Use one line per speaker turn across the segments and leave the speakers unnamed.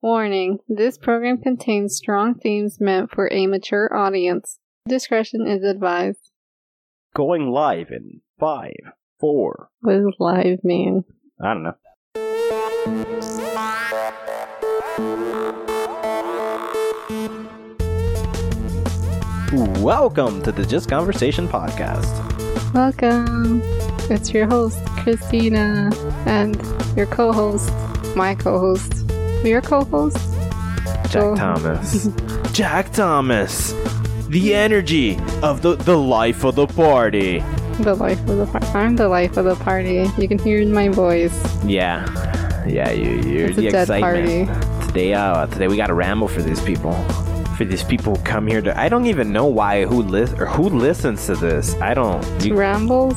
Warning this program contains strong themes meant for a mature audience. Discretion is advised.
Going live in five, four,
What does live mean?
I don't know. Welcome to the Just Conversation podcast.
Welcome. It's your host, Christina, and your co host, my co host, your co host,
Jack
Oh.
Thomas. Jack Thomas. The energy of the, the life of the party.
the life of the party. I'm the life of the party. You can hear in my voice.
Yeah. Yeah, you, you're
It's a
the
dead
excitement. Today, uh, today we got a ramble for these people. For these people who come here to, I don't even know why who lis- or who listens to this. I don't
To
you,
rambles?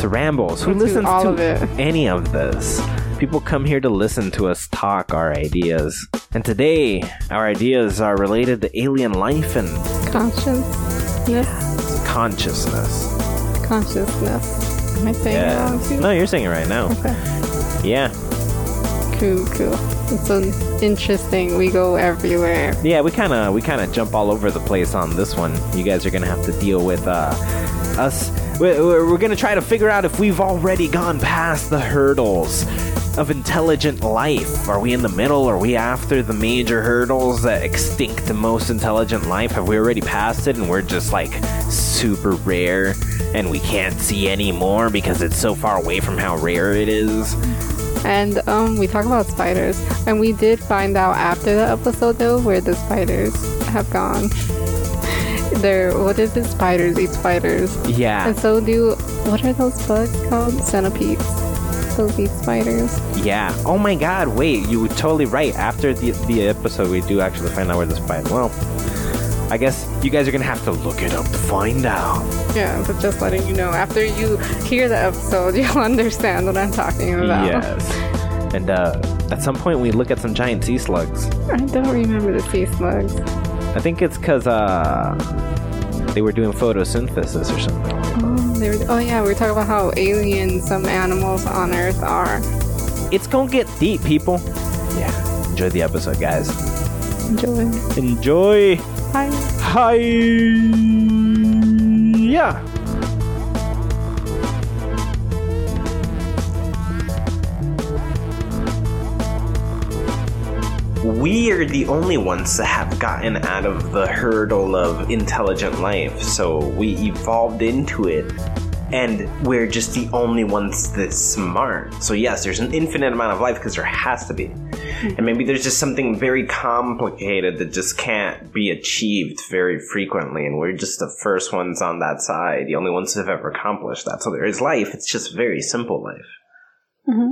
to rambles. Who
to
listens
all
to
of it.
any of this? People come here to listen to us talk our ideas. And today, our ideas are related to alien life and
Consciousness?
consciousness.
Oh, Consciousness. Am I saying that
Yeah.
wrong too?
No, you're saying it right now.
Okay.
Yeah.
Cool, cool. It's an interesting. We go everywhere.
Yeah, we kind of we kind of jump all over the place on this one. You guys are gonna have to deal with uh, us. We're, we're we're gonna try to figure out if we've already gone past the hurdles of intelligent life. Are we in the middle? Are we after the major hurdles that extinct the most intelligent life? Have we already passed it and we're just like super rare and we can't see anymore because it's so far away from how rare it is?
And um, we talk about spiders, and we did find out after the episode though where the spiders have gone. They're what is it? Spiders eat spiders,
Yeah,
and so do what are those bugs called? Centipedes. Those eat spiders.
Yeah. Oh my God! Wait, you were totally right. After the the episode, we do actually find out where this fight. Well, I guess you guys are gonna have to look it up to find out.
Yeah, but just letting you know after you hear the episode, you'll understand what I'm talking about.
Yes. And uh, at some point, we look at some giant sea slugs.
I don't remember the sea slugs.
I think it's because uh, they were doing photosynthesis or something.
Oh, they were, oh yeah, we were talking about how alien some animals on Earth are.
It's gonna get deep, people. Yeah. Enjoy the episode, guys.
Enjoy.
Enjoy.
Hi.
Hi. Yeah. We are the only ones that have gotten out of the hurdle of intelligent life, so we evolved into it. And we're just the only ones that's smart. So, yes, there's an infinite amount of life because there has to be. And maybe there's just something very complicated that just can't be achieved very frequently, and we're just the first ones on that side, the only ones who've ever accomplished that. So there is life, it's just very simple life.
Mhm.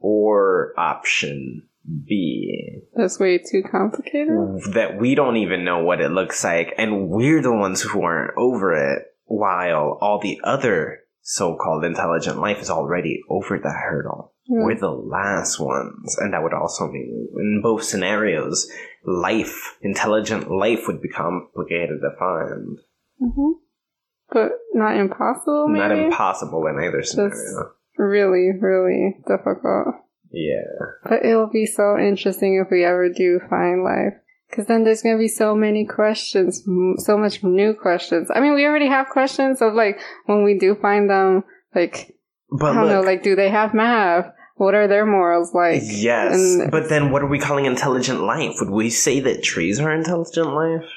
Or option B,
That's way too complicated.
that we don't even know what it looks like, and we're the ones who aren't over it, while all the other so called intelligent life is already over that hurdle.
Hmm.
We're the last ones, and that would also mean in both scenarios, life, intelligent life, would be complicated to find.
hmm But not impossible, maybe?
Not impossible in either scenario.
really, really difficult.
Yeah,
But it'll be so interesting if we ever do find life. Because then there's going to be so many questions, m- so much new questions. I mean, we already have questions of like, when we do find them, like,
but
I don't
look,
know, like, do they have math? What are their morals like?
yes,
And-
but then what are we calling intelligent life? Would we say that trees are intelligent life?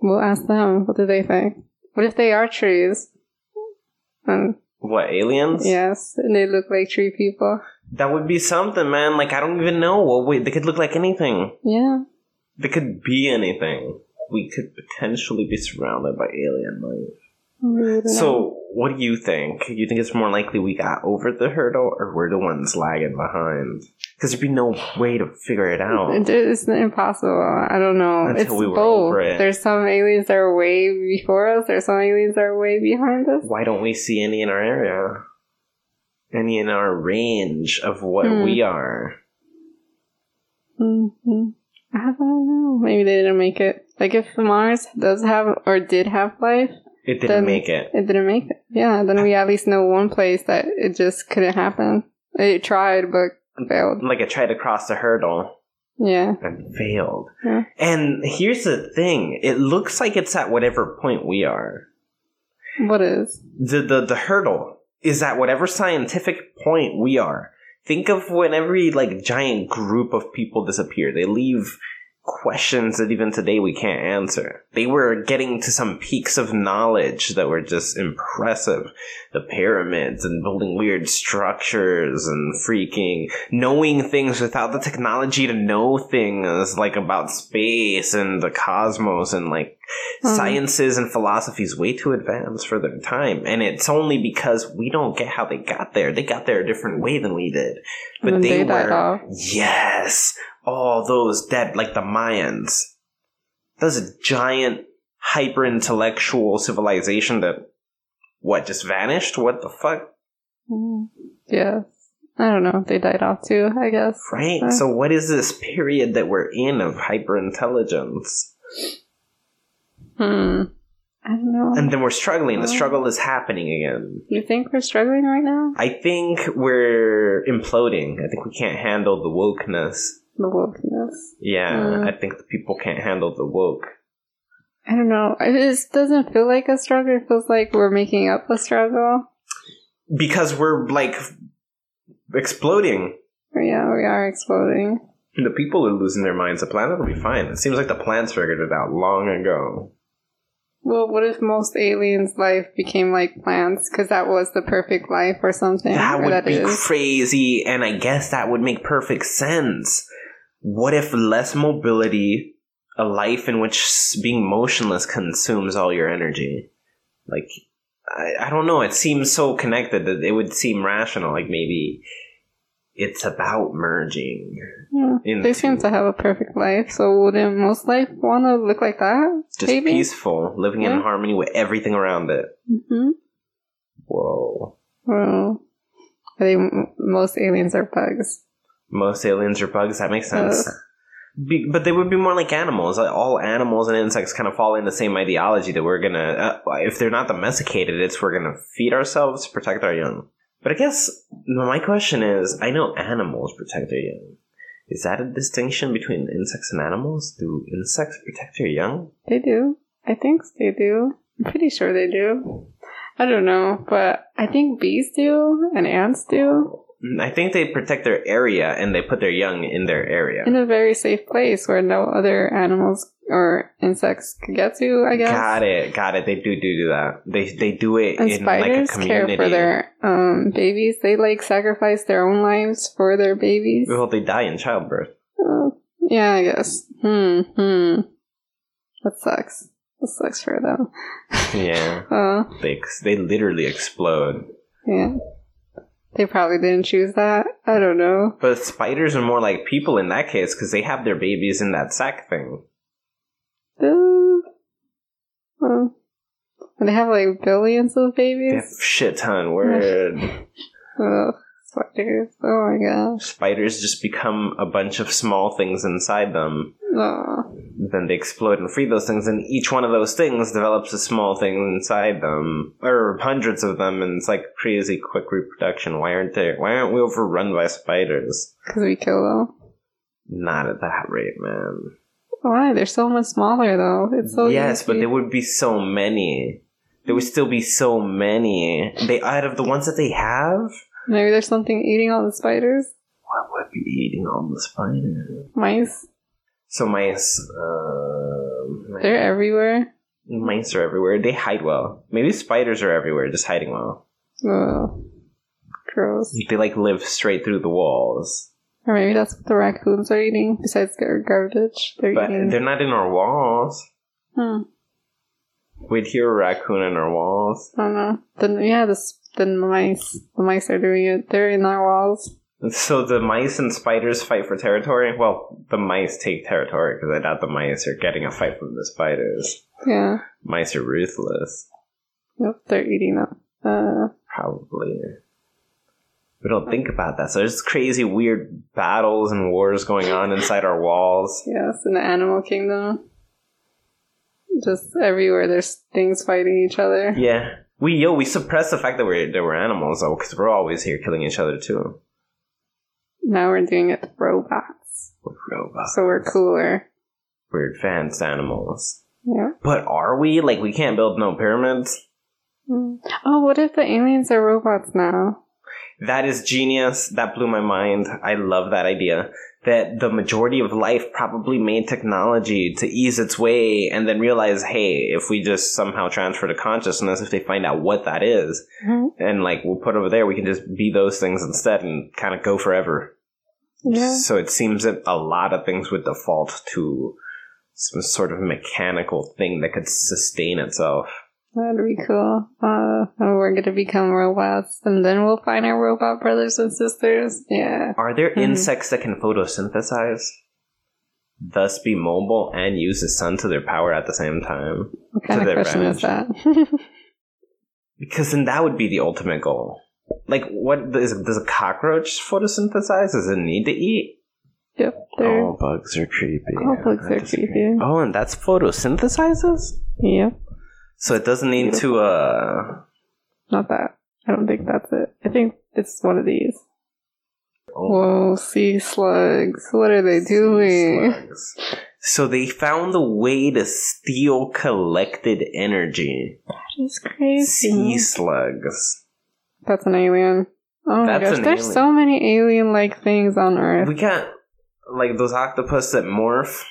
We'll ask them. What do they think? What if they are trees? Um,
What aliens?
yes, and they look like tree people.
that would be something, man. Like I don't even know. What we, they could look like anything.
Yeah.
They could be anything. We could potentially be surrounded by alien life.
we would know.
So, what do you think? You think it's more likely we got over the hurdle, or we're the ones lagging behind? Because there'd be no way to figure it out.
It- it's impossible. I don't know.
um, Until
it's
we were
both.
over it.
There's some aliens that are way before us. There's some aliens that are way behind us.
Why don't we see any in our area? Any in our range of what
Hmm.
we are?
hmm I don't know. Maybe they didn't make it. Like if Mars does have or did have life,
It didn't
Then-
make it.
it didn't make it. Yeah, then we at least know one place that it just couldn't happen. It tried but failed.
Like it tried to cross the hurdle.
Yeah.
and failed.
Yeah.
And here's the thing: it looks like it's at whatever point we are.
What is?
The the the hurdle is at whatever scientific point we are. Think of when every like giant group of people disappear, they leave questions that even today we can't answer. They were getting to some peaks of knowledge that were just impressive. The pyramids and building weird structures and freaking knowing things without the technology to know things like about space and the cosmos and like Hmm.
Mhm.
sciences and philosophies way too advanced for their time. And it's only because we don't get how they got there. They got there a different way than we did. But
And then
they,
they
were
died off.
Yes. All those dead, like the Mayans. That's a giant, hyper intellectual civilization that, what, just vanished? What the fuck?
Mm, Yes. I don't know. They died off too, I guess.
Right?
Uh.
So, what is this period that we're in of hyper intelligence?
Hmm. I don't know.
And then we're struggling.
Uh.
The struggle is happening again.
you think we're struggling right now?
I think we're imploding. I think we can't handle the wokeness.
The wokeness.
Yeah,
Mm.
I think the people can't handle the woke.
I don't know. It just doesn't feel like a struggle. It feels like we're making up a struggle.
Because we're like exploding.
Yeah, we are exploding.
The people are losing their minds. The planet will be fine. It seems like the planet's figured it out long ago.
Well, what if most aliens' life became like plants? Because that was the perfect life or something.
that
or
would
that
be
is.
crazy, and I guess that would make perfect sense. What if less mobility, a life in which s- being motionless consumes all your energy? Like, I, I don't know. It seems so connected that it would seem rational. Like, maybe it's about merging.
Yeah.
Into
They seem to have a perfect life, so wouldn't most life want to look like that?
just
maybe?
peaceful, living in
Yeah.
harmony with everything around it.
hmm
Whoa.
Well, I think m- most aliens are bugs.
Most aliens are bugs. That makes
Uh.
sense. Be, but they would be more like animals. Like, all animals and insects kind of fall in the same ideology that we're gonna. Uh, if they're not domesticated, it's we're gonna feed ourselves, protect our young. But I guess my question is: I know animals protect their young. Is that a distinction between insects and animals? Do insects protect their young?
They do. I think they do. I'm pretty sure they do. I don't know, but I think bees do and ants do
Mm, I think they protect their area and they put their young in their area.
in a very safe place where no other animals or insects could get to. I guess.
Got it, got it. They do do, do that. They they do it
And
in like a
spiders care
community.
for their um, babies. They like sacrifice their own lives for their babies.
Well, they die in childbirth.
Uh, yeah, I guess. Hmm. Hmm. That sucks. That sucks for them.
Yeah,
Uh,
they ex- they literally explode.
Yeah. They probably didn't choose that. I don't know.
But spiders are more like people in that case because they have their babies in that sack thing.
Uh, well, and they have like billions of
They have
babies.
shit ton. Word.
Ugh, spiders. Oh my gosh.
spiders just become a bunch of small things inside them.
Oh,
Then they explode and free those things, and each one of those things develops a small thing inside them, or hundreds of them, and it's like crazy quick reproduction. Why aren't they? Why aren't we overrun by spiders?
because we kill them.
Not at that rate, man.
Why? They're so much smaller though. It's so
yes, but
easy.
there would be so many. There would still be so many. They out of the ones that they have,
maybe there's something eating all the spiders,
what would be eating all the spiders?
mice.
So mice, um,
They're everywhere.
mice are everywhere. They hide well. Maybe spiders are everywhere, just hiding well.
Ugh. Gross.
They like live straight through the walls,
Or maybe that's what the raccoons are eating. Besides gar- garbage, they're
but
eating.
they're not in our walls.
Hmm.
We'd hear a raccoon in our walls.
I don't know. Then yeah, the s- the mice, the mice are doing it. They're in our walls.
So the mice and spiders fight for territory. Well, the mice take territory because I doubt the mice are getting a fight from the spiders.
Yeah,
Mice are ruthless,
yep, they're eating them. Uh,
probably. We don't think about that. So there's crazy, weird battles and wars going on inside our walls.
yes, in the animal kingdom, just everywhere there's things fighting each other.
Yeah, we yo we suppress the fact that we're that we're animals though, because we're always here killing each other too.
Now we're doing it with robots.
robots.
So we're cooler.
We're advanced animals.
Yeah.
But are we? Like, we can't build no pyramids?
Mm. Oh, what if the aliens are robots now?
That is genius. That blew my mind. I love that idea. That the majority of life probably made technology to ease its way and then realize, hey, if we just somehow transfer to consciousness, if they find out what that is,
Mhm.
and like we'll put over there, we can just be those things instead and kind of go forever.
Yeah.
So it seems that a lot of things would default to some sort of mechanical thing that could sustain itself.
That'd be cool. Uh, and we're gonna become robots, and then we'll find our robot brothers and sisters. Yeah.
Are there
Mhm.
insects that can photosynthesize? Thus be mobile and use the sun to their power at the same time?
What kind of
To their
question is that?
Because then that would be the ultimate goal. Like, what is, does a cockroach photosynthesize? Does it need to eat?
yep. They're,
All bugs are creepy.
All bugs
I
are
disagree.
creepy.
Oh, and that's photosynthesizes?
Yep.
So it doesn't need to, uh,
Not that. I don't think that's it. I think it's one of these.
oh,
Whoa, sea slugs. What are they doing?
slugs. So they found a way to steal collected energy.
That is crazy.
Sea slugs.
That's an alien. Oh my
That's
gosh,
an
there's
alien.
so many alien like things on Earth.
We can't like those octopus that morph.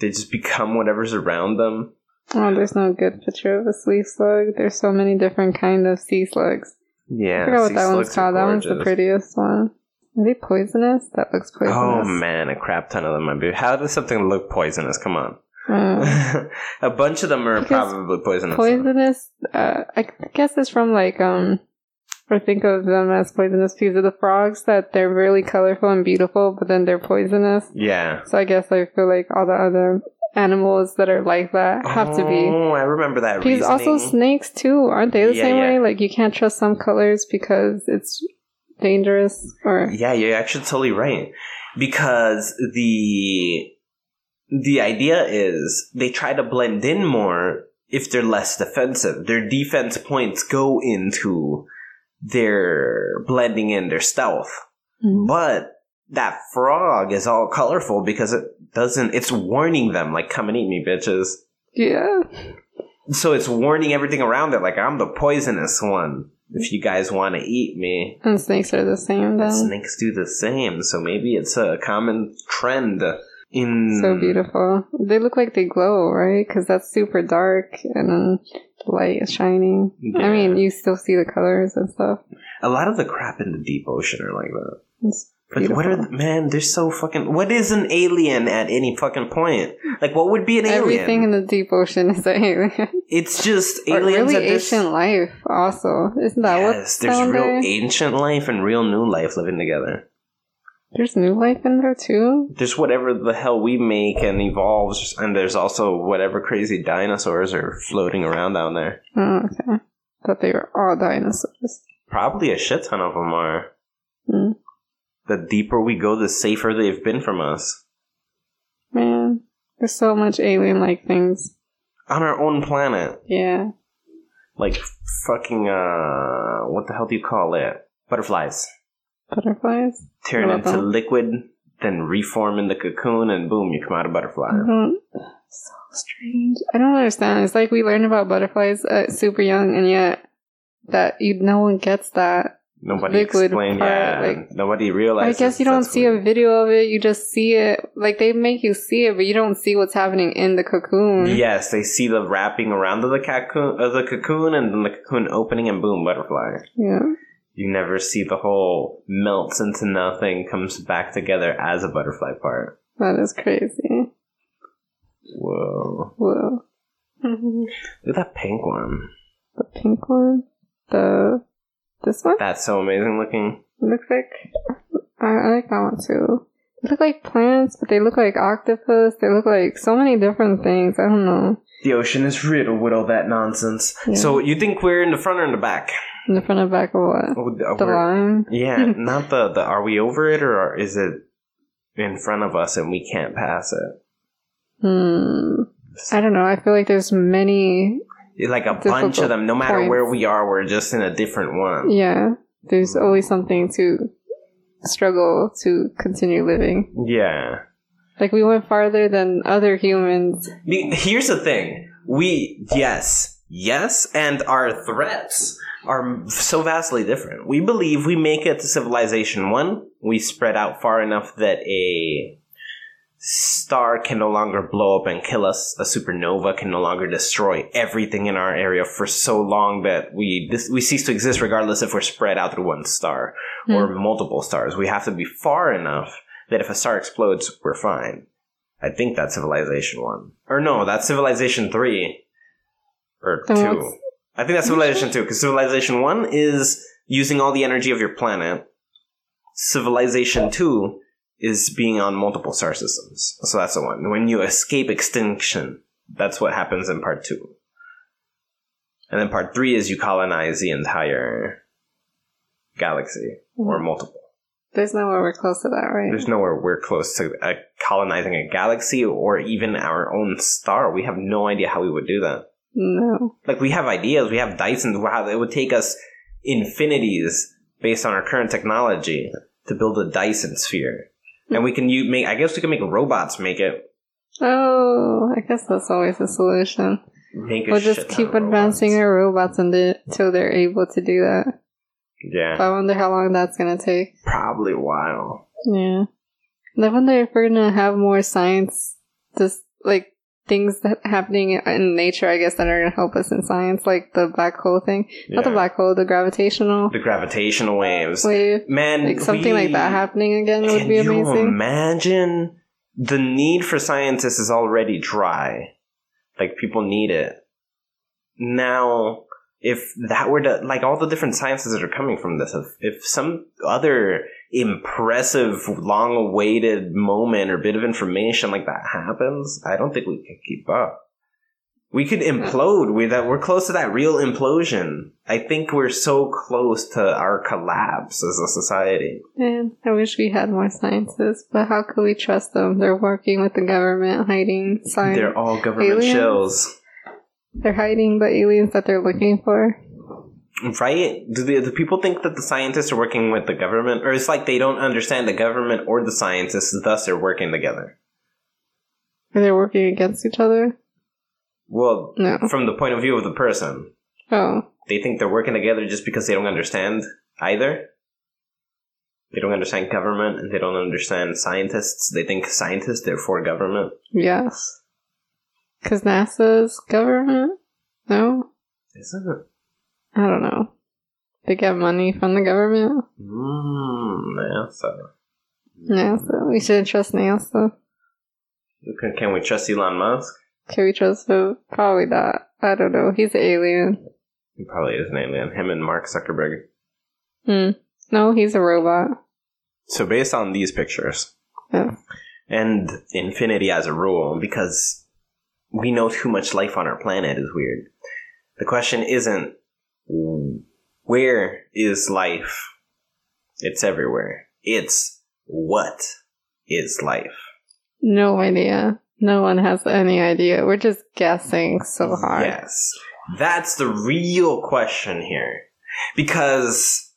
They just become whatever's around them.
oh, there's no good picture of a sea slug. There's so many different kind of sea slugs.
Yeah,
I forgot what
sea
that one's
slugs are
called. That one's the
gorgeous.
prettiest one. Are they poisonous? That looks poisonous.
Oh man, a crap ton of them might be. How does something look poisonous? Come on,
Uh,
a bunch of them are
Because
probably poisonous.
poisonous. Uh, I guess it's from like um, or think of them as poisonous because of the frogs that they're really colorful and beautiful, but then they're poisonous.
Yeah,
So I guess I feel like all the other animals that are like that have to be.
Oh, I remember that.
Because also
reasoning.
snakes too, aren't they the
Yeah,
same
yeah.
way? Like you can't trust some colors because it's dangerous or
Yeah, you're actually totally right. Because the the idea is they try to blend in more if they're less defensive. Their defense points go into their blending in their stealth. But that frog is all colorful because it doesn't it's warning them like come and eat me bitches.
yeah.
So it's warning everything around it like I'm the poisonous one. If you guys want to eat me,
And snakes are the same then.
Snakes do the same, so maybe it's a common trend in
So beautiful. They look like they glow, right? Because that's super dark and then the light is shining. I
Yeah.
mean, you still see the colors and stuff.
A lot of the crap in the deep ocean are like that.
It's
But what are
Beautiful.
th- man? They're so fucking. What is an alien at any fucking point? Like, what would be an
everything in
alien?
the deep ocean is an alien.
It's just
Or
aliens
really
at this.
ancient life, also. Isn't that
yes,
what
there's
down
real
there?
ancient life and real new life living together.
There's new life in there too.
There's whatever the hell we make and evolves, and there's also whatever crazy dinosaurs are floating around down there.
Oh, okay. Thought they were all dinosaurs.
Probably a shit ton of them are.
Hmm.
the deeper we go, the safer they've been from us.
Man, there's so much alien-like things.
On our own planet.
Yeah.
Like fucking uh what the hell do you call it? Butterflies.
Butterflies?
Turn
What
into
about-
liquid, then reform in the cocoon and boom, you come out a butterfly.
I don't. So strange. I don't understand. It's like we learn about butterflies at super young, and yet that you no one gets that.
Nobody
Liquid
explained
part,
yeah,
like-
nobody realized.
I guess you don't see a video of it. You just see it. Like they make you see it, but you don't see what's happening in the cocoon.
Yes, they see the wrapping around of the cocoon, of the cocoon, and then the cocoon opening, and boom, butterfly.
Yeah.
You never see the whole melts into nothing, comes back together as a butterfly part.
That is crazy.
Whoa!
Whoa. the
Look at that pink one.
pink one. The this one
That's so amazing looking.
looks like. I, I like that one too. They look like plants, but they look like octopus. They look like so many different things. I don't know.
The ocean is riddled with all that nonsense.
Yeah.
So you think we're in the front or in the back?
In the front and back of what?
Oh, uh,
The
we're-
line.
yeah, not the, the are we over it or are, is it in front of us and we can't pass it?
Hmm. I don't know. I feel like there's many.
It's Like a bunch of
Difficult
them, no matter where
points.
we are, we're just in a different one.
Yeah. There's always something to struggle to continue living.
Yeah.
Like we went farther than other humans.
Be- Here's the thing. We, yes, yes, and our threats are so vastly different. We believe we make it to Civilization 1, we spread out far enough that a star can no longer blow up and kill us, a supernova can no longer destroy everything in our area for so long that we, dis- we cease to exist regardless if we're spread out through one star or multiple stars. We have to be far enough that if a star explodes, we're fine. I think that's Civilization 1. Or no, that's Civilization 3. Or
The
2.
ones-
I think that's Civilization 2, because Civilization 1 is using all the energy of your planet. Civilization 2 is being on multiple star systems. So that's the one. When you escape extinction, that's what happens in part 2. And then part 3 is you colonize the entire galaxy, or multiple.
There's nowhere we're close to that, right?
There's nowhere we're close to uh, colonizing a galaxy or even our own star. We have no idea how we would do that.
no.
Like, we have ideas, we have Dysons, wow, it would take us infinities based on our current technology to build a Dyson sphere. And we can u- make, I guess we can make robots make it.
Oh, I guess that's always a solution.
Make a
We'll
shit
just
ton
keep
of robots.
advancing our robots until they're able to do that.
Yeah.
I wonder how long that's gonna take.
Probably a while.
Yeah. And I wonder if we're gonna have more science, just like things that happening in nature, I guess, that are gonna help us in science, like the black hole thing. Not the
Yeah.
black hole, the gravitational
The gravitational waves.
wave.
Man,
Like something like that
we-
happening again would
Can
be
you
amazing.
imagine the need for scientists is already dry. Like people need it. Now, if that were to like all the different sciences that are coming from this, if, if some other impressive, long-awaited moment or bit of information like that happens, I don't think we could keep up. We could implode. We that we're close to that real implosion. I think we're so close to our collapse as a society.
Man, I wish we had more scientists, but how could we trust them? They're working with the government, hiding science.
They're
They're,
all government
aliens?
shells,
hiding the aliens that they're looking for.
right? Do the do people think that the scientists are working with the government, or it's like they don't understand the government or the scientists, thus they're working together?
Or they're working against each other?
Well,
No.
from the point of view of the person,
Oh.
they think they're working together just because they don't understand either. They don't understand government, and they don't understand scientists. They think scientists, therefore government.
Yes. Because NASA's government? No?
Isn't it?
I don't know. They get money from the government?
Mmm, NASA.
NASA. We should trust NASA.
Can, can we trust Elon Musk?
Can we trust him? Probably not. I don't know. He's an alien.
He probably is an alien. Him and Mark Zuckerberg.
Hmm. No, he's a robot.
So based on these pictures
Yeah.
and infinity as a rule, because we know too much life on our planet is weird. The question isn't where is life? It's everywhere. It's what is life?
No idea. No one has any idea. We're just guessing so hard.
Yes. That's the real question here. Because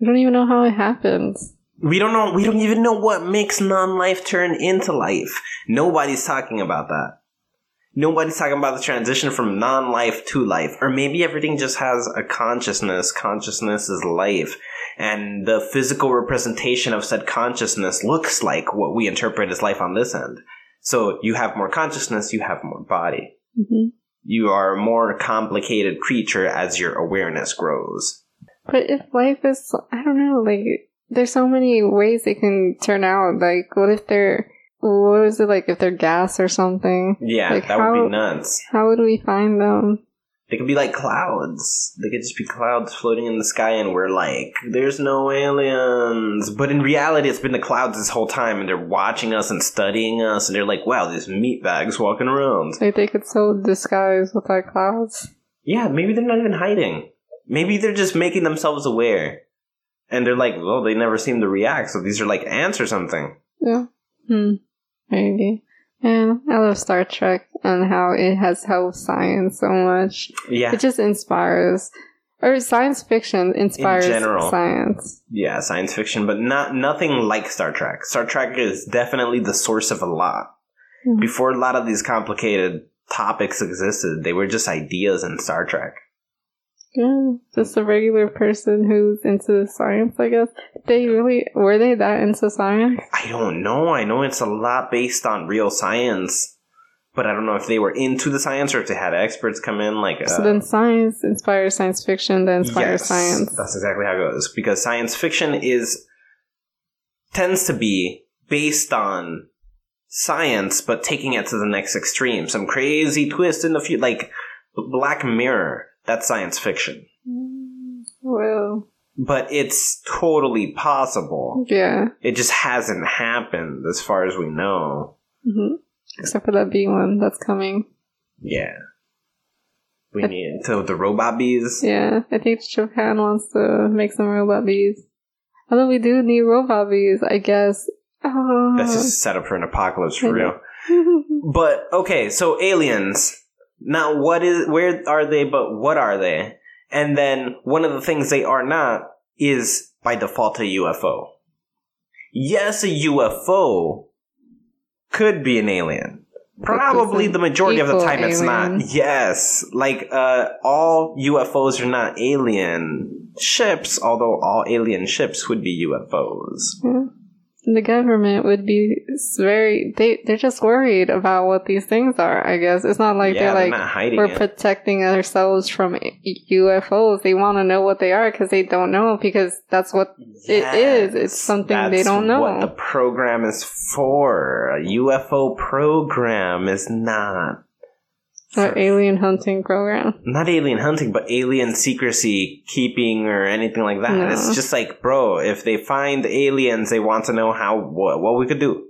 We don't even know how it happens.
We don't know. We don't even know what makes non-life turn into life. Nobody's talking about that. Nobody's talking about the transition from non-life to life, or maybe everything just has a consciousness. Consciousness is life, and the physical representation of said consciousness looks like what we interpret as life on this end. So you have more consciousness, you have more body.
hmm
You are a more complicated creature as your awareness grows.
But if life is, I don't know, like, there's so many ways it can turn out. Like, what if they're, what is it like if they're gas or something?
Yeah,
Like
that would
how-
be nuts.
How would we find them?
They could be like clouds. They could just be clouds floating in the sky, and we're like, there's no aliens. But in reality, it's been the clouds this whole time, and they're watching us and studying us, and they're like, wow, there's meatbags walking around.
Like, they could so disguise with our clouds.
Yeah, maybe they're not even hiding. Maybe they're just making themselves aware. And they're like, well, they never seem to react, so these are like ants or something.
Yeah. Hmm. Maybe. And I love Star Trek and how it has helped science so much.
Yeah.
It just inspires. or science fiction inspires
general.
science.
Yeah, science fiction, but not nothing like Star Trek. Star Trek is definitely the source of a lot.
Mhm.
Before a lot of these complicated topics existed, they were just ideas in Star Trek.
Yeah, just a regular person who's into science, I guess. They really were they that into science?
I don't know. I know it's a lot based on real science, but I don't know if they were into the science or if they had experts come in. Like, uh,
so then science inspires science fiction, then inspires
yes,
science.
That's exactly how it goes because science fiction is tends to be based on science, but taking it to the next extreme. Some crazy twist in the future, like Black Mirror. That's science fiction,
Well,
but it's totally possible.
yeah.
It just hasn't happened as far as we know.
hmm Except for that B one that's coming.
Yeah. We
I-
need so the robot bees.
Yeah, I think Japan wants to make some robot bees. Although we do need robot bees, I guess. Oh.
That's just set up for an apocalypse for
I
real.
know.
But okay, so aliens. Now what is where are they but what are they? And then one of the things they are not is by default a UFO. Yes, a UFO could be an alien. Probably
doesn't
the majority of the
equal
time it's not.
alien.
Yes. Like uh all UFOs are not alien ships, although all alien ships would be UFOs.
Yeah. And the government would be s- very they they're just worried about what these things are. I guess it's not like
yeah,
they're like
not hiding
we're
it.
protecting ourselves from i- UFOs. They want to know what they are because they don't know because that's what is. It's something they
That's
don't know.
What the program is for? A UFO program is not
our alien hunting program.
not alien hunting, but alien secrecy keeping or anything like that.
No.
It's just like, bro, if they find aliens, they want to know how what, what we could do.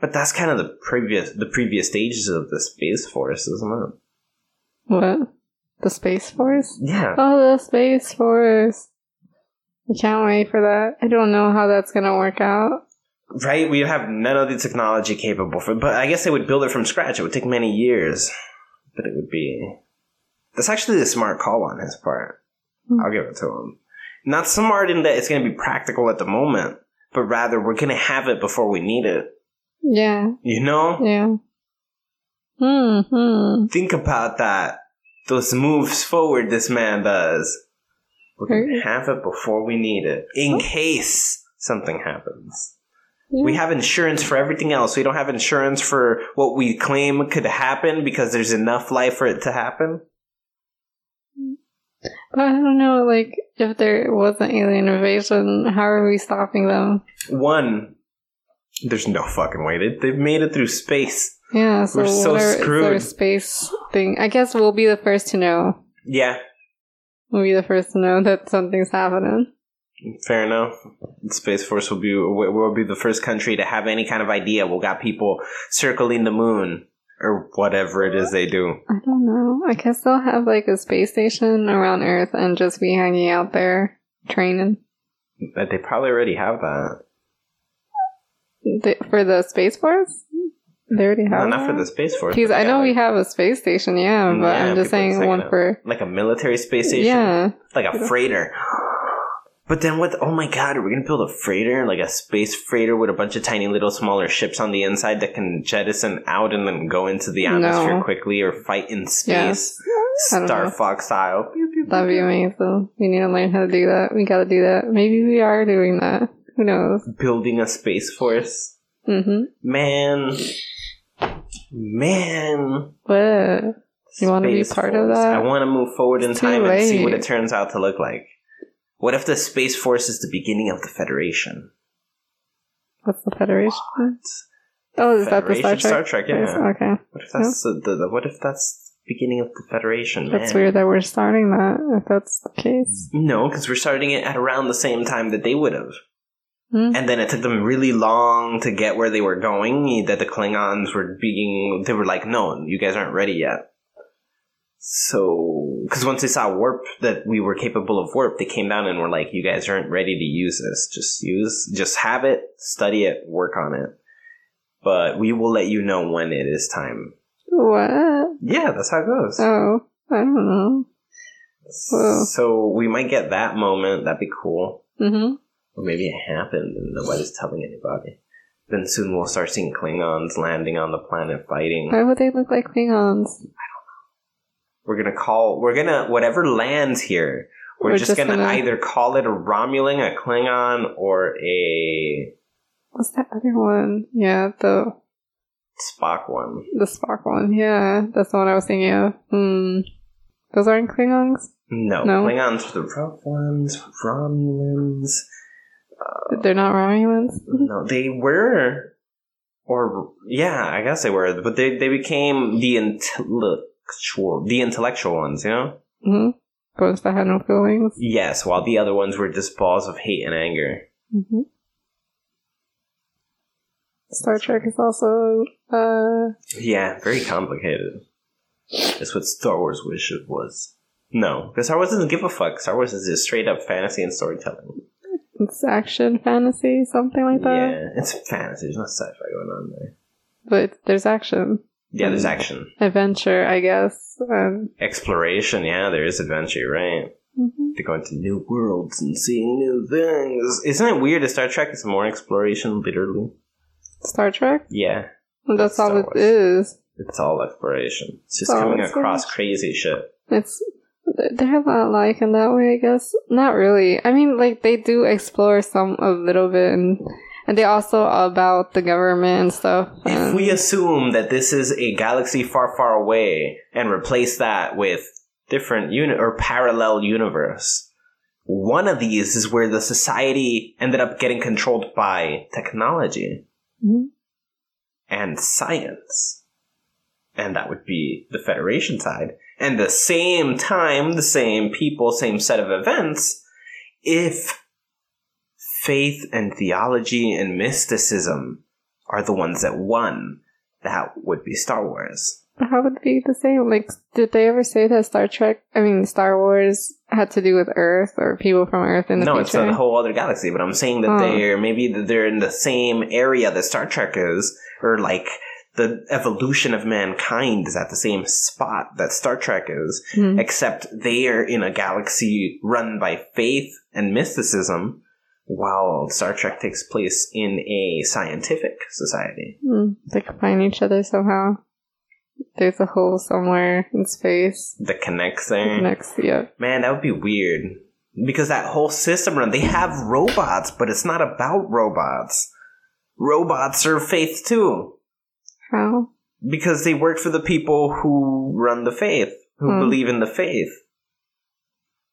But that's kind of the previous the previous stages of the space force, isn't
What the space force?
it? Yeah.
Oh, the space force! I can't wait for that. I don't know how that's gonna work out.
Right? We have none of the technology capable for but I guess they would build it from scratch. It would take many years. But it would be That's actually a smart call on his part.
Hmm.
I'll give it to him. Not smart in that it's gonna be practical at the moment, but rather we're gonna have it before we need it.
Yeah,
You know?
yeah. Hmm. Hmm.
Think about that. Those moves forward this man does. We're gonna
Right.
have it before we need it. In case something happens.
Yeah.
We have insurance for everything else. We don't have insurance for what we claim could happen because there's enough life for it to happen.
But I don't know, like, if there was an alien invasion, how are we stopping them?
One, there's no fucking way. They, they've made it through space.
Yeah, so
We're
what
so
are- is
screwed.
there a space thing? I guess we'll be the first to know.
Yeah,
We'll be the first to know that something's happening.
fair enough. Space Force will be will will be the first country to have any kind of idea. We'll got people circling the moon or whatever it is they do.
I don't know. I guess they'll have, like, a space station around Earth and just be hanging out there, training
But they probably already have that.
Th- for the Space Force. They already
No,
have
not for
that?
the Space Force.
Because
but
I
they
know
got,
we
like- Mm,
have a space station, yeah, but
Yeah,
I'm just
people are
saying
checking
one
out.
for.
like a military space station.
Yeah.
like a freighter. But then what? Oh my god, are we gonna build a freighter, like a space freighter with a bunch of tiny little smaller ships on the inside that can jettison out and then go into the atmosphere
No.
quickly or fight in
Yeah.
space,
I don't
Star
know.
Fox style? Pew, pew, pew,
That'd be
pew.
amazing. We need to learn how to do that. We gotta do that. Maybe we are doing that. Who knows?
Building a space force,
Mm-hmm.
man, man.
But You wanna be
Space
part of
Force.
that?
I want to move forward in
It's too
time and see what
late.
it turns out to look like. What if the space force is the beginning of the Federation?
what's the Federation? Oh, is that the Star
Federation
Trek?
Star Trek, yeah.
Okay.
What if that's the, the, the what if that's the beginning of the Federation? Man?
That's weird that we're starting that, if that's the case.
No, because we're starting it at around the same time that they would have,
Hmm?
and then it took them really long to get where they were going. That the Klingons were being, they were like, "No, you guys aren't ready yet." So, because once they saw warp that we were capable of warp, they came down and were like, "You guys aren't ready to use this. Just use, just have it, study it, work on it." But we will let you know when it is time.
What?
Yeah, that's how it goes.
Oh, I don't know. Whoa.
So we might get that moment. That'd be cool.
Mm-hmm.
Or maybe it happened and nobody's telling anybody. Then soon we'll start seeing Klingons landing on the planet fighting.
Why would they look like Klingons?
We're gonna call. We're gonna whatever lands here. We're, just, gonna, either call it a Romulan, a Klingon, or a
What's that other one? Yeah, the
Spock one.
the Spock one. Yeah, that's the one I was thinking of. Hmm. Those aren't Klingons.
No,
No.
Klingons were the rough ones. Romulans.
They're not Romulans.
No, they were, or yeah, I guess they were, but they they became the intellectual, the intellectual ones, you know.
Mm-hmm. Ghosts that had no feelings.
Yes, while the other ones were just balls of hate and anger.
hmm Star Trek is also uh
Yeah, very complicated. That's what Star Wars wish it was. No, because Star Wars doesn't give a fuck. Star Wars is just straight up fantasy and storytelling.
it's action fantasy something like that.
Yeah, it's fantasy. There's no sci-fi going on there.
But there's action,
Yeah,
Mm.
there's action,
adventure, I guess. Um,
exploration. Yeah, there is adventure, right?
mhm.
They're going to new worlds and seeing new things. Isn't it weird that Star Trek is more exploration, literally?
Star Trek.
Yeah,
That's
Star
all it
Wars.
is.
it's all exploration. It's just
Oh,
coming
that's
across
nice.
crazy shit.
It's they're a lot alike in that way, I guess. Not really. I mean, like they do explore some a little bit, and and they also about the government and stuff.
If
and-
we assume that this is a galaxy far, far away and replace that with different unit or parallel universe, one of these is where the society ended up getting controlled by technology
Mhm.
and science. and that would be the Federation side. And the same time, the same people, same set of events, if faith and theology and mysticism are the ones that won, that would be Star Wars.
how would it be the same? Like, did they ever say that Star Trek? I mean, Star Wars had to do with Earth or people from Earth in the
No,
future?
it's a whole other galaxy, but I'm saying that
Oh.
they're maybe that they're in the same area that Star Trek is, or like the evolution of mankind is at the same spot that Star Trek is.
Hmm.
except they are in a galaxy run by faith and mysticism, while Star Trek takes place in a scientific society.
Hmm. They could find each other somehow. There's a hole somewhere in space.
That connects there.
Next, yeah.
Man, that would be weird. Because that whole system run, they have robots, but it's not about robots. Robots are faith too.
How?
Because they work for the people who run the faith, who
Hmm.
believe in the faith.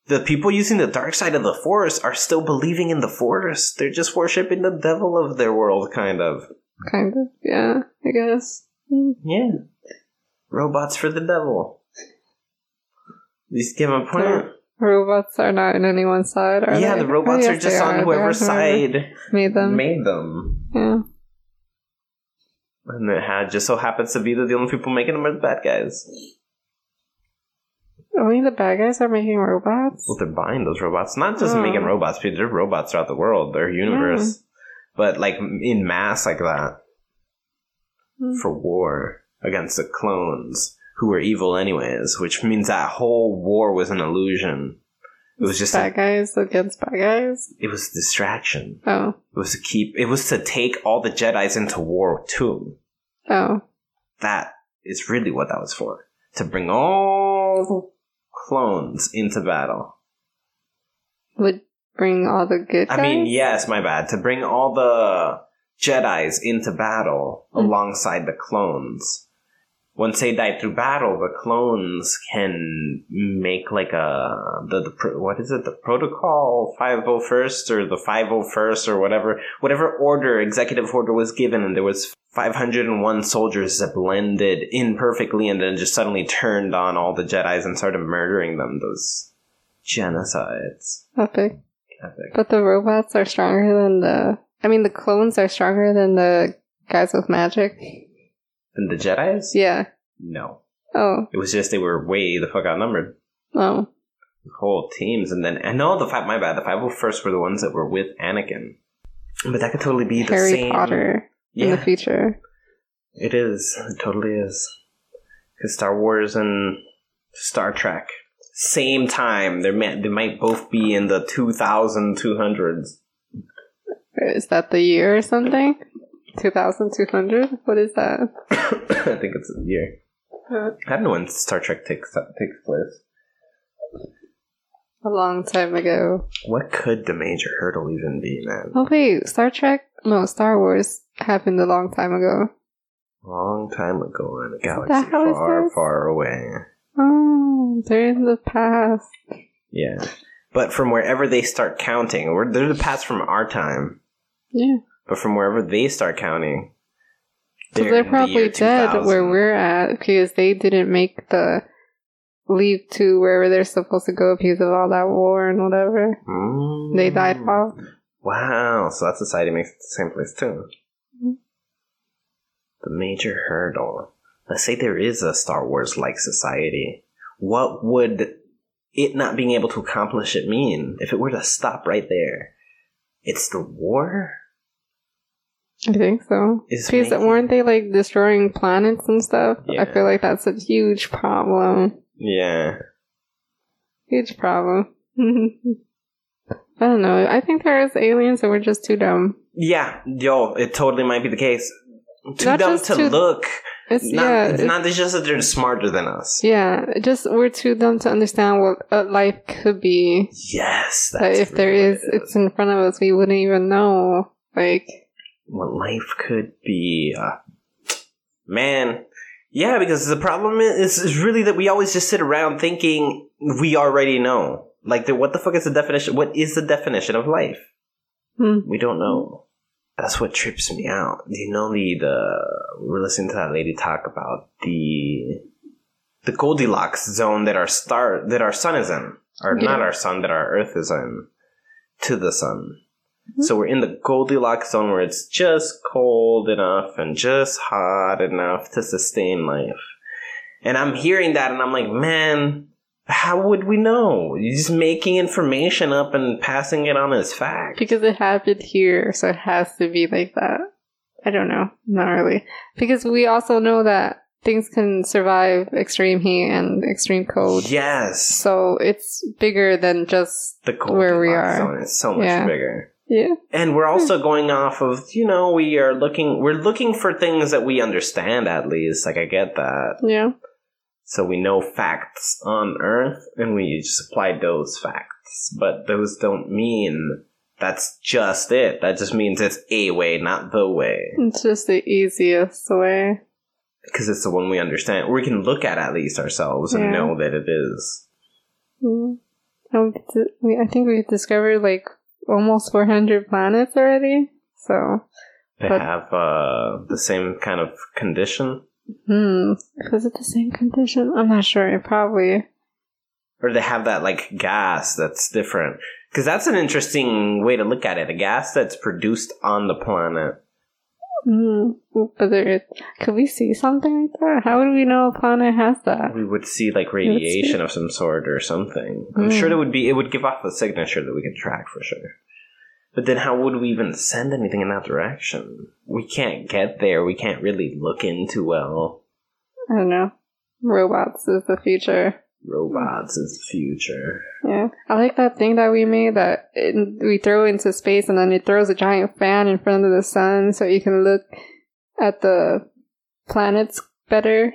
The people using the dark side of the force are still believing in the force. They're just worshiping the devil of their world, kind of.
Kind of. Yeah, I guess. Hmm.
Yeah. Robots for the devil. At least give them a point.
Robots are not on anyone's side, are
yeah,
they?
the robots
Oh,
are
yes,
just
they
on
They
whoever's
are whoever
side
Made them.
made them.
yeah.
And it had just so happens to be that the only people making them are the bad guys.
Only the bad guys are making robots?
Well, they're buying those robots. Not just
Oh.
making robots, people. They're robots throughout the world, their universe. But like in mass, like that,
Hmm.
for war against the clones, who were evil anyways, which means that whole war was an illusion. It was just,
Bad
a,
guys against bad guys?
it was a distraction.
Oh.
It was to keep, it was to take all the Jedi's into war too.
Oh.
That is really what that was for. To bring all the clones into battle.
Would bring all the good guys?
I mean, yes, my bad. To bring all the Jedi's into battle
Mm.
alongside the clones. Once they die through battle, the clones can make like a the, the pro- what is it the protocol five oh first or the five oh first or whatever whatever order executive order was given and there was five hundred and one soldiers that blended in perfectly and then just suddenly turned on all the Jedi's and started murdering them. Those genocides.
Epic.
Epic.
But the robots are stronger than the. I mean, the clones are stronger than the guys with magic.
than the Jedi's?
Yeah.
No.
Oh.
It was just they were way the fuck outnumbered.
Oh.
Whole teams, and then and no, the five. My bad. The five hundred first were the ones that were with Anakin. But that could totally be the
Harry
same.
Potter in the
Yeah,
future.
it is. It totally is. Because Star Wars and Star Trek, Same time. They're ma- they might both be in the 2200s.
Is that the year or something? 2200? What is that?
I think it's a year.
Uh,
I don't know when Star Trek takes takes place.
A long time ago.
What could the major hurdle even be, man?
Oh, wait. Star Trek? No, Star Wars happened a long time ago.
Long time ago in a
What the
galaxy
hell is
far,
this?
far away.
Oh, they're in the past.
Yeah. But from wherever they start counting, we're, they're the past from our time.
Yeah.
But from wherever they start counting,
So
in
they're
the
probably
year
dead
2000.
where we're at because they didn't make the leap to wherever they're supposed to go because of all that war and whatever.
Mm.
They died off.
Wow, so that society makes it the same place too.
Mhm.
The major hurdle. Let's say there is a Star Wars like society. What would it not being able to accomplish it mean if it were to stop right there? It's the war?
I think so.
It's
because
making-
weren't they like destroying planets and stuff?
Yeah.
I feel like that's a huge problem.
Yeah.
Huge problem. I don't know. I think there is aliens and we're just too dumb.
Yeah, yo, it totally might be the case. Too
Not
dumb
just
to
too-
look.
It's
Not,
yeah.
it's
it's-
not it's just that they're smarter than us.
yeah, just we're too dumb to understand what uh, life could be.
Yes,
That
that's
if there
really what
is,
it
it's in front of us. We wouldn't even know. Like,
what life could be. Uh, man, yeah, because the problem is, is really that we always just sit around thinking we already know. Like, the, what the fuck is the definition? What is the definition of life?
hmm.
We don't know. That's what trips me out. You know, the, the we we're listening to that lady talk about the the Goldilocks zone that our star that our sun is in, or
Yeah.
not our sun that our Earth is in, to the sun.
Mm-hmm.
So we're in the Goldilocks zone where it's just cold enough and just hot enough to sustain life. And I'm hearing that and I'm like, man, how would we know? You're just making information up and passing it on as fact.
because it happened here, so it has to be like that. I don't know, not really, because we also know that things can survive extreme heat and extreme cold.
Yes.
So it's bigger than just
The cold
Where we are.
zone is so much
Yeah. Hmm.
bigger.
yeah.
And we're also going off of, you know, we are looking we're looking for things that we understand at least. Like I get that.
Yeah.
So we know facts on Earth, and we just apply those facts. But those don't mean that's just it. That just means it's a way, not the way.
It's just the easiest way.
Because it's the one we understand. Or we can look at at least ourselves and
Yeah.
know that it is.
Mm. And we di- we- I think we've discovered like almost 400 planets already. So,
They
But-
have uh, the same kind of condition.
hmm. Was it the same condition? I'm not sure. It probably.
Or they have that, like, gas that's different. Because that's an interesting way to look at it. A gas that's produced on the planet.
Mm, but there is, could we see something like that? How would we know a planet has that?
we would see like
see.
radiation of some sort or something. I'm
Mm.
sure that would be it would give off a signature that we could track for sure. But then how would we even send anything in that direction? We can't get there. We can't really look into well.
I don't know. Robots is the future.
Robots is the future.
Yeah, I like that thing that we made that it, we throw into space and then it throws a giant fan in front of the sun so you can look at the planets better.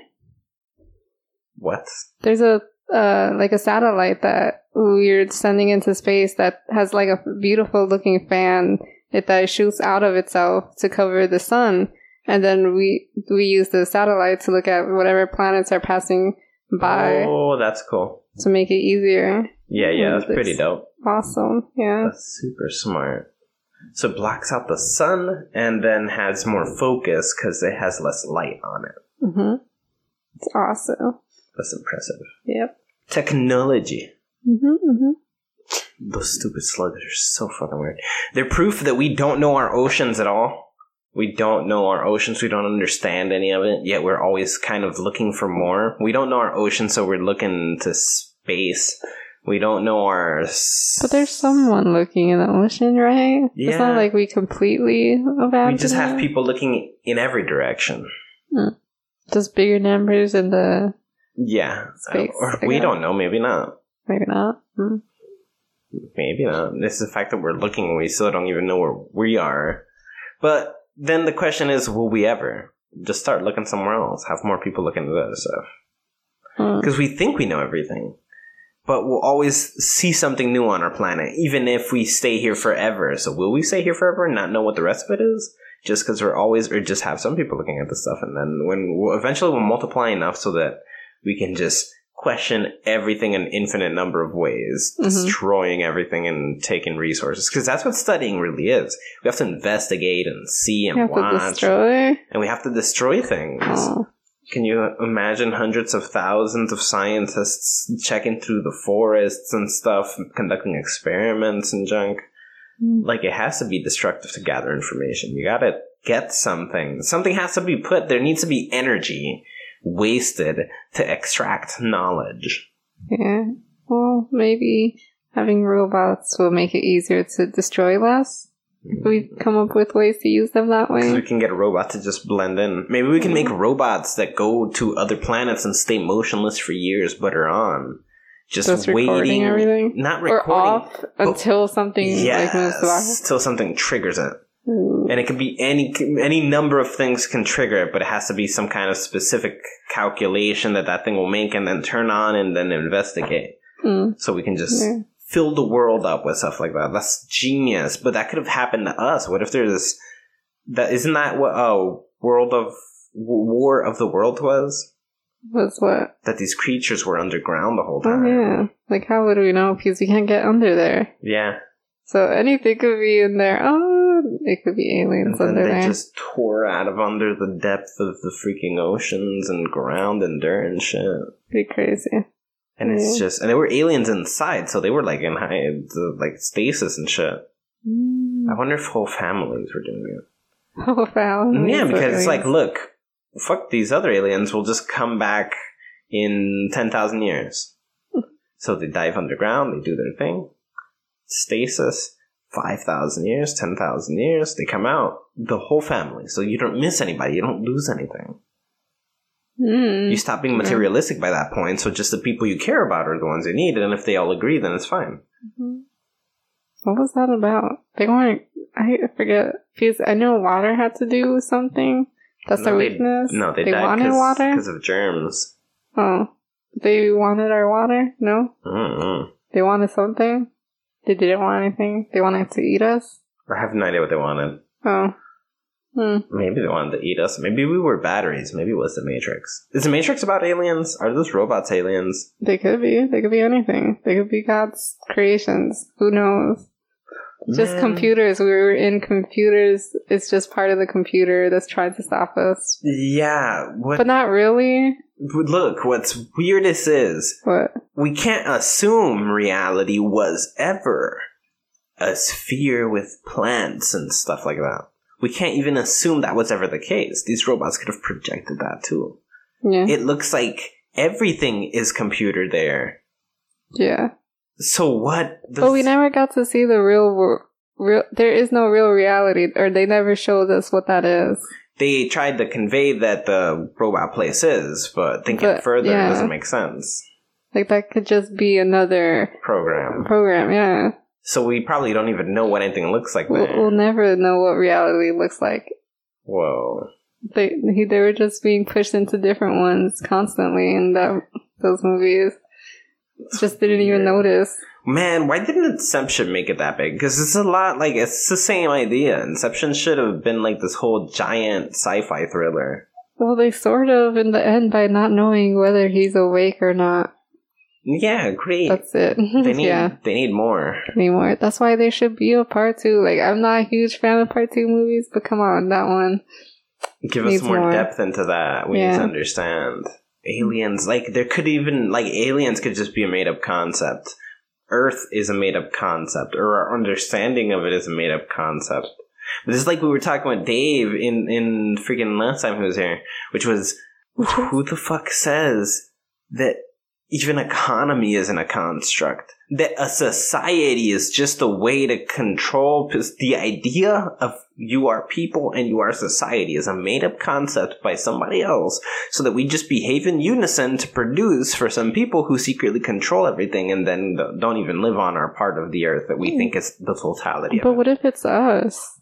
What?
There's a uh, like a satellite that we're sending into space that has like a beautiful looking fan it, that shoots out of itself to cover the sun, and then we we use the satellite to look at whatever planets are passing by
Oh, that's cool.
to make it easier.
Yeah, yeah,
What
that's
is this?
pretty dope.
Awesome, yeah.
That's super smart. So it blocks out the sun and then has more focus because it has less light on it.
Mm-hmm. It's awesome.
That's impressive.
Yep.
Technology.
Mm-hmm, mm-hmm.
Those stupid slugs are so fucking weird. They're proof that we don't know our oceans at all. We don't know our oceans. We don't understand any of it. Yet we're always kind of looking for more. We don't know our ocean, so we're looking to space. We don't know our. s-
But there's someone looking in the ocean, right? It's
Yeah.
not like we completely abandoned.
We just have
it.
people looking in every direction.
Just bigger numbers in the
Yeah,
Space,
or
I
we
guess.
don't know. Maybe not.
Maybe not. Mm.
Maybe not. This is the fact that we're looking, we still don't even know where we are. But then the question is, will we ever just start looking somewhere else? Have more people look into that stuff
Mm.
because we think we know everything, but we'll always see something new on our planet, even if we stay here forever. So will we stay here forever and not know what the rest of it is? Just because we're always, or just have some people looking at this stuff, and then when we'll, eventually we'll multiply enough so that we can just question everything an infinite number of ways,
Mhm.
destroying everything and taking resources. Because that's what studying really is. We have to investigate and see
You
and
have to
watch,
destroy.
and we have to destroy things.
Oh.
Can you imagine hundreds of thousands of scientists checking through the forests and stuff, conducting experiments and junk?
Mm.
Like, it has to be destructive to gather information. You gotta get something. Something has to be put. There needs to be energy wasted to extract knowledge.
Yeah. Well, maybe having robots will make it easier to destroy less. We've come up with ways to use them that
Because Mm. we
way.
can get a robot to just blend in. Maybe we can make robots that go to other planets and stay motionless for years, but are on. Just,
Just
waiting.
recording everything.
Not
Or
recording.
off until something like moves Mm. the
Yes,
box.
till something triggers it,
Ooh.
and it can be any any number of things can trigger it, but it has to be some kind of specific calculation that that thing will make, and then turn on and then investigate.
Mm.
So we can just
Yeah.
fill the world up with stuff like that. That's genius, but that could have happened to us. What if there's this? That isn't that what oh world of war of the world was
Was what?
that these creatures were underground the whole
Oh
time.
yeah. Like how would we know because we can't get under there?
yeah.
So anything could be in there. Oh it could be aliens
And then
under
they
there.
just tore out of under the depth of the freaking oceans and ground and dirt and shit.
Pretty crazy.
And it's
Yeah.
just, and there were aliens inside, so they were like in high, the, like stasis and shit.
Mm.
I wonder if whole families were doing it.
Oh wow.
yeah,
These
because
aliens.
it's like, look, fuck these other aliens, will just come back in 10,000 years. so they dive underground, they do their thing. Stasis, 5,000 years, 10,000 years, they come out, the whole family. So you don't miss anybody, you don't lose anything.
Mm.
You stop being
Yeah.
materialistic by that point, so just the people you care about are the ones you need, and if they all agree, then it's fine.
Mhm. What was that about? They weren't. I forget. Because I know water had to do with something. That's
No,
their
they-
Oh, weakness.
No, they,
they
died
wanted water.
because of germs.
Oh, they wanted our water. No,
Mm-mm.
they wanted something. They didn't want anything. They wanted to eat us.
I have no idea what they wanted.
Oh, hmm.
Maybe they wanted to eat us. Maybe we were batteries. Maybe it was the Matrix. Is the Matrix about aliens? Are those robots aliens?
They could be. They could be anything. They could be God's creations. Who knows? Just
Man.
computers. We were in computers. It's just part of the computer that's trying to stop us.
Yeah. What?
But not really.
look, what's weirdest is
What?
we can't assume reality was ever a sphere with plants and stuff like that. We can't even assume that was ever the case. These robots could have projected that too.
Yeah.
It looks like everything is computer there.
yeah.
So what?
But we never got to see the real world. Real, there is no real reality, or they never showed us what that is.
They tried to convey that the robot place is, but thinking
But,
further
yeah.
doesn't make sense.
Like that could just be another
Program.
program. Yeah,
So we probably don't even know what anything looks like
we'll,
there.
we'll never know what reality looks like.
Whoa.
They he- they were just being pushed into different ones constantly in that those movies. Just didn't even
Weird.
notice.
Man, why didn't Inception make it that big? Because it's a lot like it's the same idea. Inception should have been like this whole giant sci-fi thriller.
Well, they sort of in the end by not knowing whether he's awake or not.
Yeah, great.
That's it.
they need
yeah.
they need more.
anymore. That's why there should be a part two. Like, I'm not a huge fan of part two movies, but come on, that one.
Give us
Needs
more,
more.
depth into that. We need
Yeah.
to understand. Aliens, like there could even like aliens could just be a made up concept. Earth is a made up concept, or our understanding of it is a made up concept. But this is like we were talking with Dave in in freaking last time he was here, which was who the fuck says that even economy isn't a construct? that a society is just a way to control because the idea of you are people and you are society is a made up concept by somebody else so that we just behave in unison to produce for some people who secretly control everything and then th- don't even live on our part of the earth that we think is the totality
Hmm. But
of it.
what if it's us?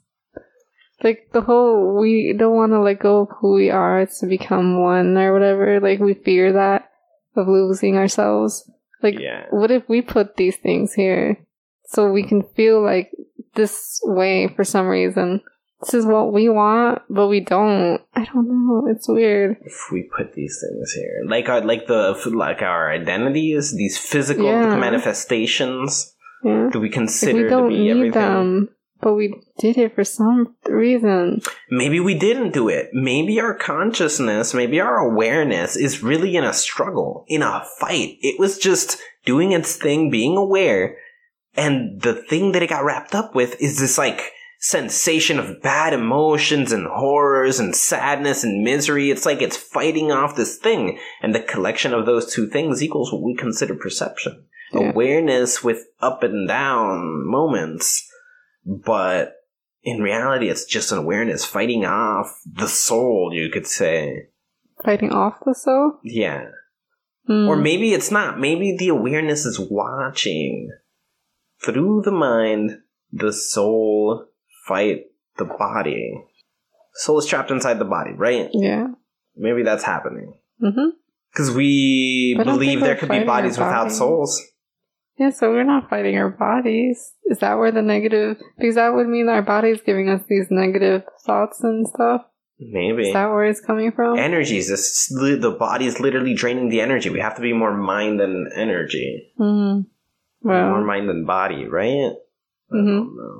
Like the whole we don't want to let go of who we are to become one or whatever. Like we fear that of losing ourselves. Like
Yeah.
what if we put these things here so we can feel like this way for some reason? This is what we want, but we don't. I don't know. It's weird.
if we put these things here like our like the like our identities these physical
Yeah.
manifestations
Yeah.
that we
Like,
consider
we don't
to be
need
everything
them, but we did it for some reason.
maybe we didn't do it maybe our consciousness maybe our awareness is really in a struggle in a fight it was just doing its thing being aware and the thing that it got wrapped up with is this like sensation of bad emotions and horrors and sadness and misery it's like it's fighting off this thing and the collection of those two things equals what we consider perception
Yeah.
awareness with up and down moments but in reality it's just an awareness fighting off the soul you could say
Fighting off the soul?
yeah
Hmm.
or maybe it's not. Maybe the awareness is watching through the mind, the soul fight the body. Soul is trapped inside the body, right?
Yeah.
Maybe that's happening.
Mm-hmm.
Because we
I don't
believe
think
there
we're
could be
fighting
bodies
our
without
bodies.
souls.
Yeah, so we're not fighting our bodies. Is that where the negative? Because that would mean our body's giving us these negative thoughts and stuff.
Maybe.
Is that where it's coming from?
Energies. This, the body is literally draining the energy. We have to be more mind than energy.
Mm.
more
Well,
mind than body, right? I
Mhm.
don't know.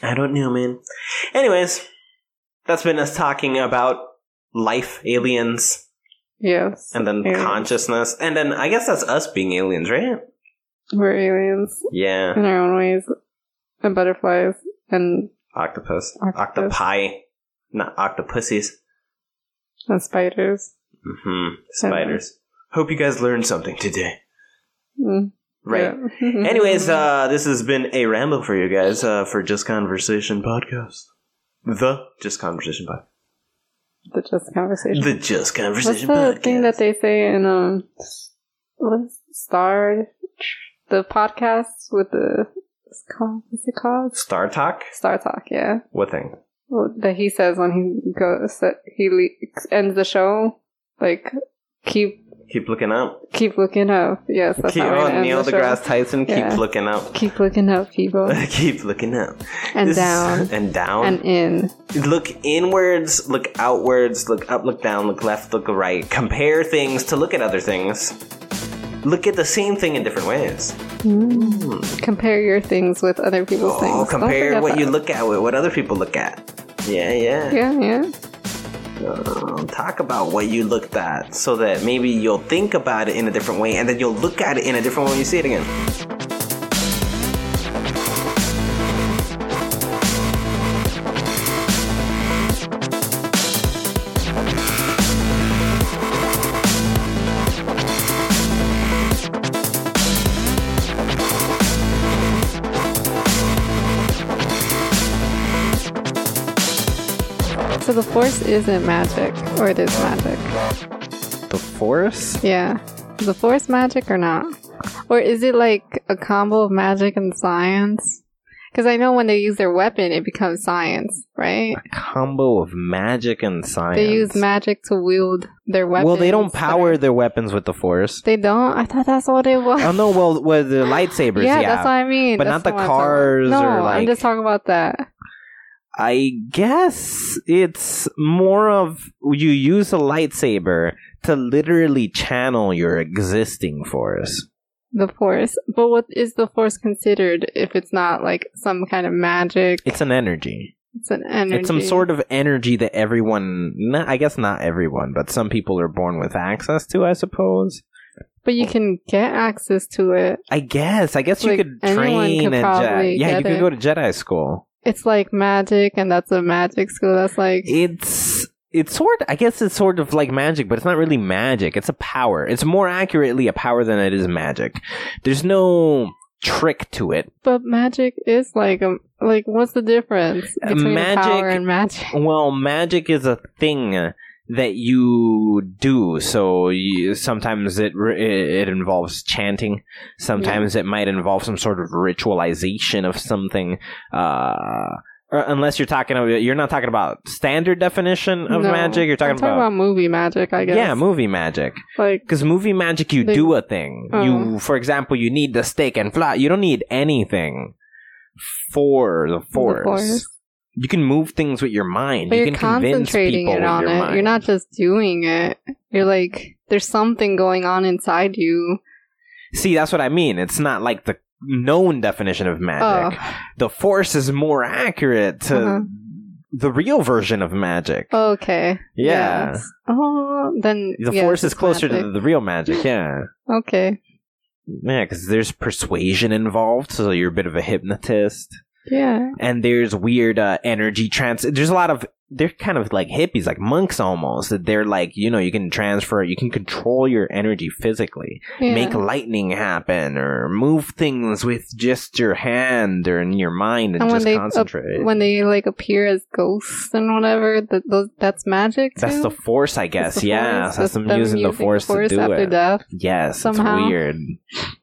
I don't know, man. Anyways, that's been us talking about life, aliens,
yes.
and then
Aliens.
consciousness, and then I guess that's us being aliens, right?
We're aliens
Yeah,
in our own ways, and butterflies, and,
octopus,
Octopus.
octopi, not octopuses.
and spiders.
hmm Spiders. Hope you guys learned something today.
Mm.
Right.
Yeah.
Anyways,
Mm-hmm.
uh, this has been a ramble for you guys uh, for Just Conversation podcast. The Just Conversation podcast.
the just conversation.
The Just
What's the
Conversation podcast.
thing that they say in um, what's Star? The podcast with the what's it called? What's it called?
Star Talk?
Star Talk, yeah.
What thing?
Well, that he says when he goes, that he le- ends the show, like keep
Keep looking up.
keep looking up. Yes, that's
Keep,
how it
oh,
ends
Neil
the show.
deGrasse Tyson, keep
Yeah.
looking up.
Keep looking up, people,
keep looking up.
and
This- Oh.
down
And down.
and in.
look inwards, look outwards, look up, look down, look left, look right. Compare things to look at other things. Look at the same thing in different ways.
Compare your things with other people's things.
Hmm. Oh,
Don't
compare
forget
what you
that.
look at with what other people look at. Yeah, yeah.
Yeah, yeah.
Um, talk about what you looked at so that maybe you'll think about it in a different way and then you'll look at it in a different way when you see it again.
So the force isn't magic, or it is magic.
The force?
Yeah. Is the force magic or not? Or is it like a combo of magic and science? Because I know when they use their weapon, it becomes science, right?
combo of magic and science.
They use magic to wield their weapons.
Well, they don't
that
power
are-
their weapons with the force.
They don't. I thought that's what it was.
oh no, well, well the lightsabers.
yeah,
Yeah,
that's what I mean.
But
That's
not the
what I'm talking about.
cars
No,
or, like-
I'm just talking about that.
I guess it's more of you use a lightsaber to literally channel your existing force.
The force. But what is the force considered if it's not like some kind of magic?
It's an energy.
It's an energy.
It's some sort of energy that everyone, not, I guess not everyone, but some people are born with access to, I suppose.
But you can get access to it.
I guess. I guess you
Like,
could
anyone
train
could
a
probably
Jedi. Yeah,
get
you could
it.
go to Jedi school.
It's like magic, and that's a magic school. That's like
it's it's sort I guess it's sort of like magic, but it's not really magic. It's a power. It's more accurately a power than it is magic. There's no trick to it.
But magic is like um like what's the difference
Uh,
between
magic-
power and magic?
Well, magic is a thing that you do. So you, sometimes it re- it involves chanting. Sometimes it might involve some sort of ritualization of something. Uh, or unless you're talking about you're not talking about standard definition of
No.
magic. You're talking,
I'm talking about, movie magic, I guess.
yeah, movie magic.
like uh-huh.
Because movie magic, you
They-
do a thing. You, for example, you need the steak and fly. You don't need anything for the force.
force.
You can move things with your mind.
but
you
you are
can convince
concentrating
people
it
with
on
your
it.
mind.
You're not just doing it. You're like there's something going on inside you.
See, that's what I mean. It's not like the known definition of magic.
Oh,
The force is more accurate to
Uh-huh. Oh,
the real version of magic.
okay.
yeah.
Yes. Oh, then
The
yes,
force is
it's
closer to
magic.
the real magic, yeah.
Okay.
Yeah, because there's persuasion involved, so you're a bit of a hypnotist.
Yeah.
and there's weird uh, energy trans. There's a lot of they're kind of like hippies, like monks almost. That they're like you know you can transfer, you can control your energy physically,
yeah.
make lightning happen, or move things with just your hand or in your mind and,
and when
just
they ap-
concentrate.
when they like appear as ghosts and whatever, that those that's magic. Too?
that's the force, I
That's
guess.
the
yeah,
force,
that's them using the force, to do
after
it.
death.
Yes,
somehow.
it's weird.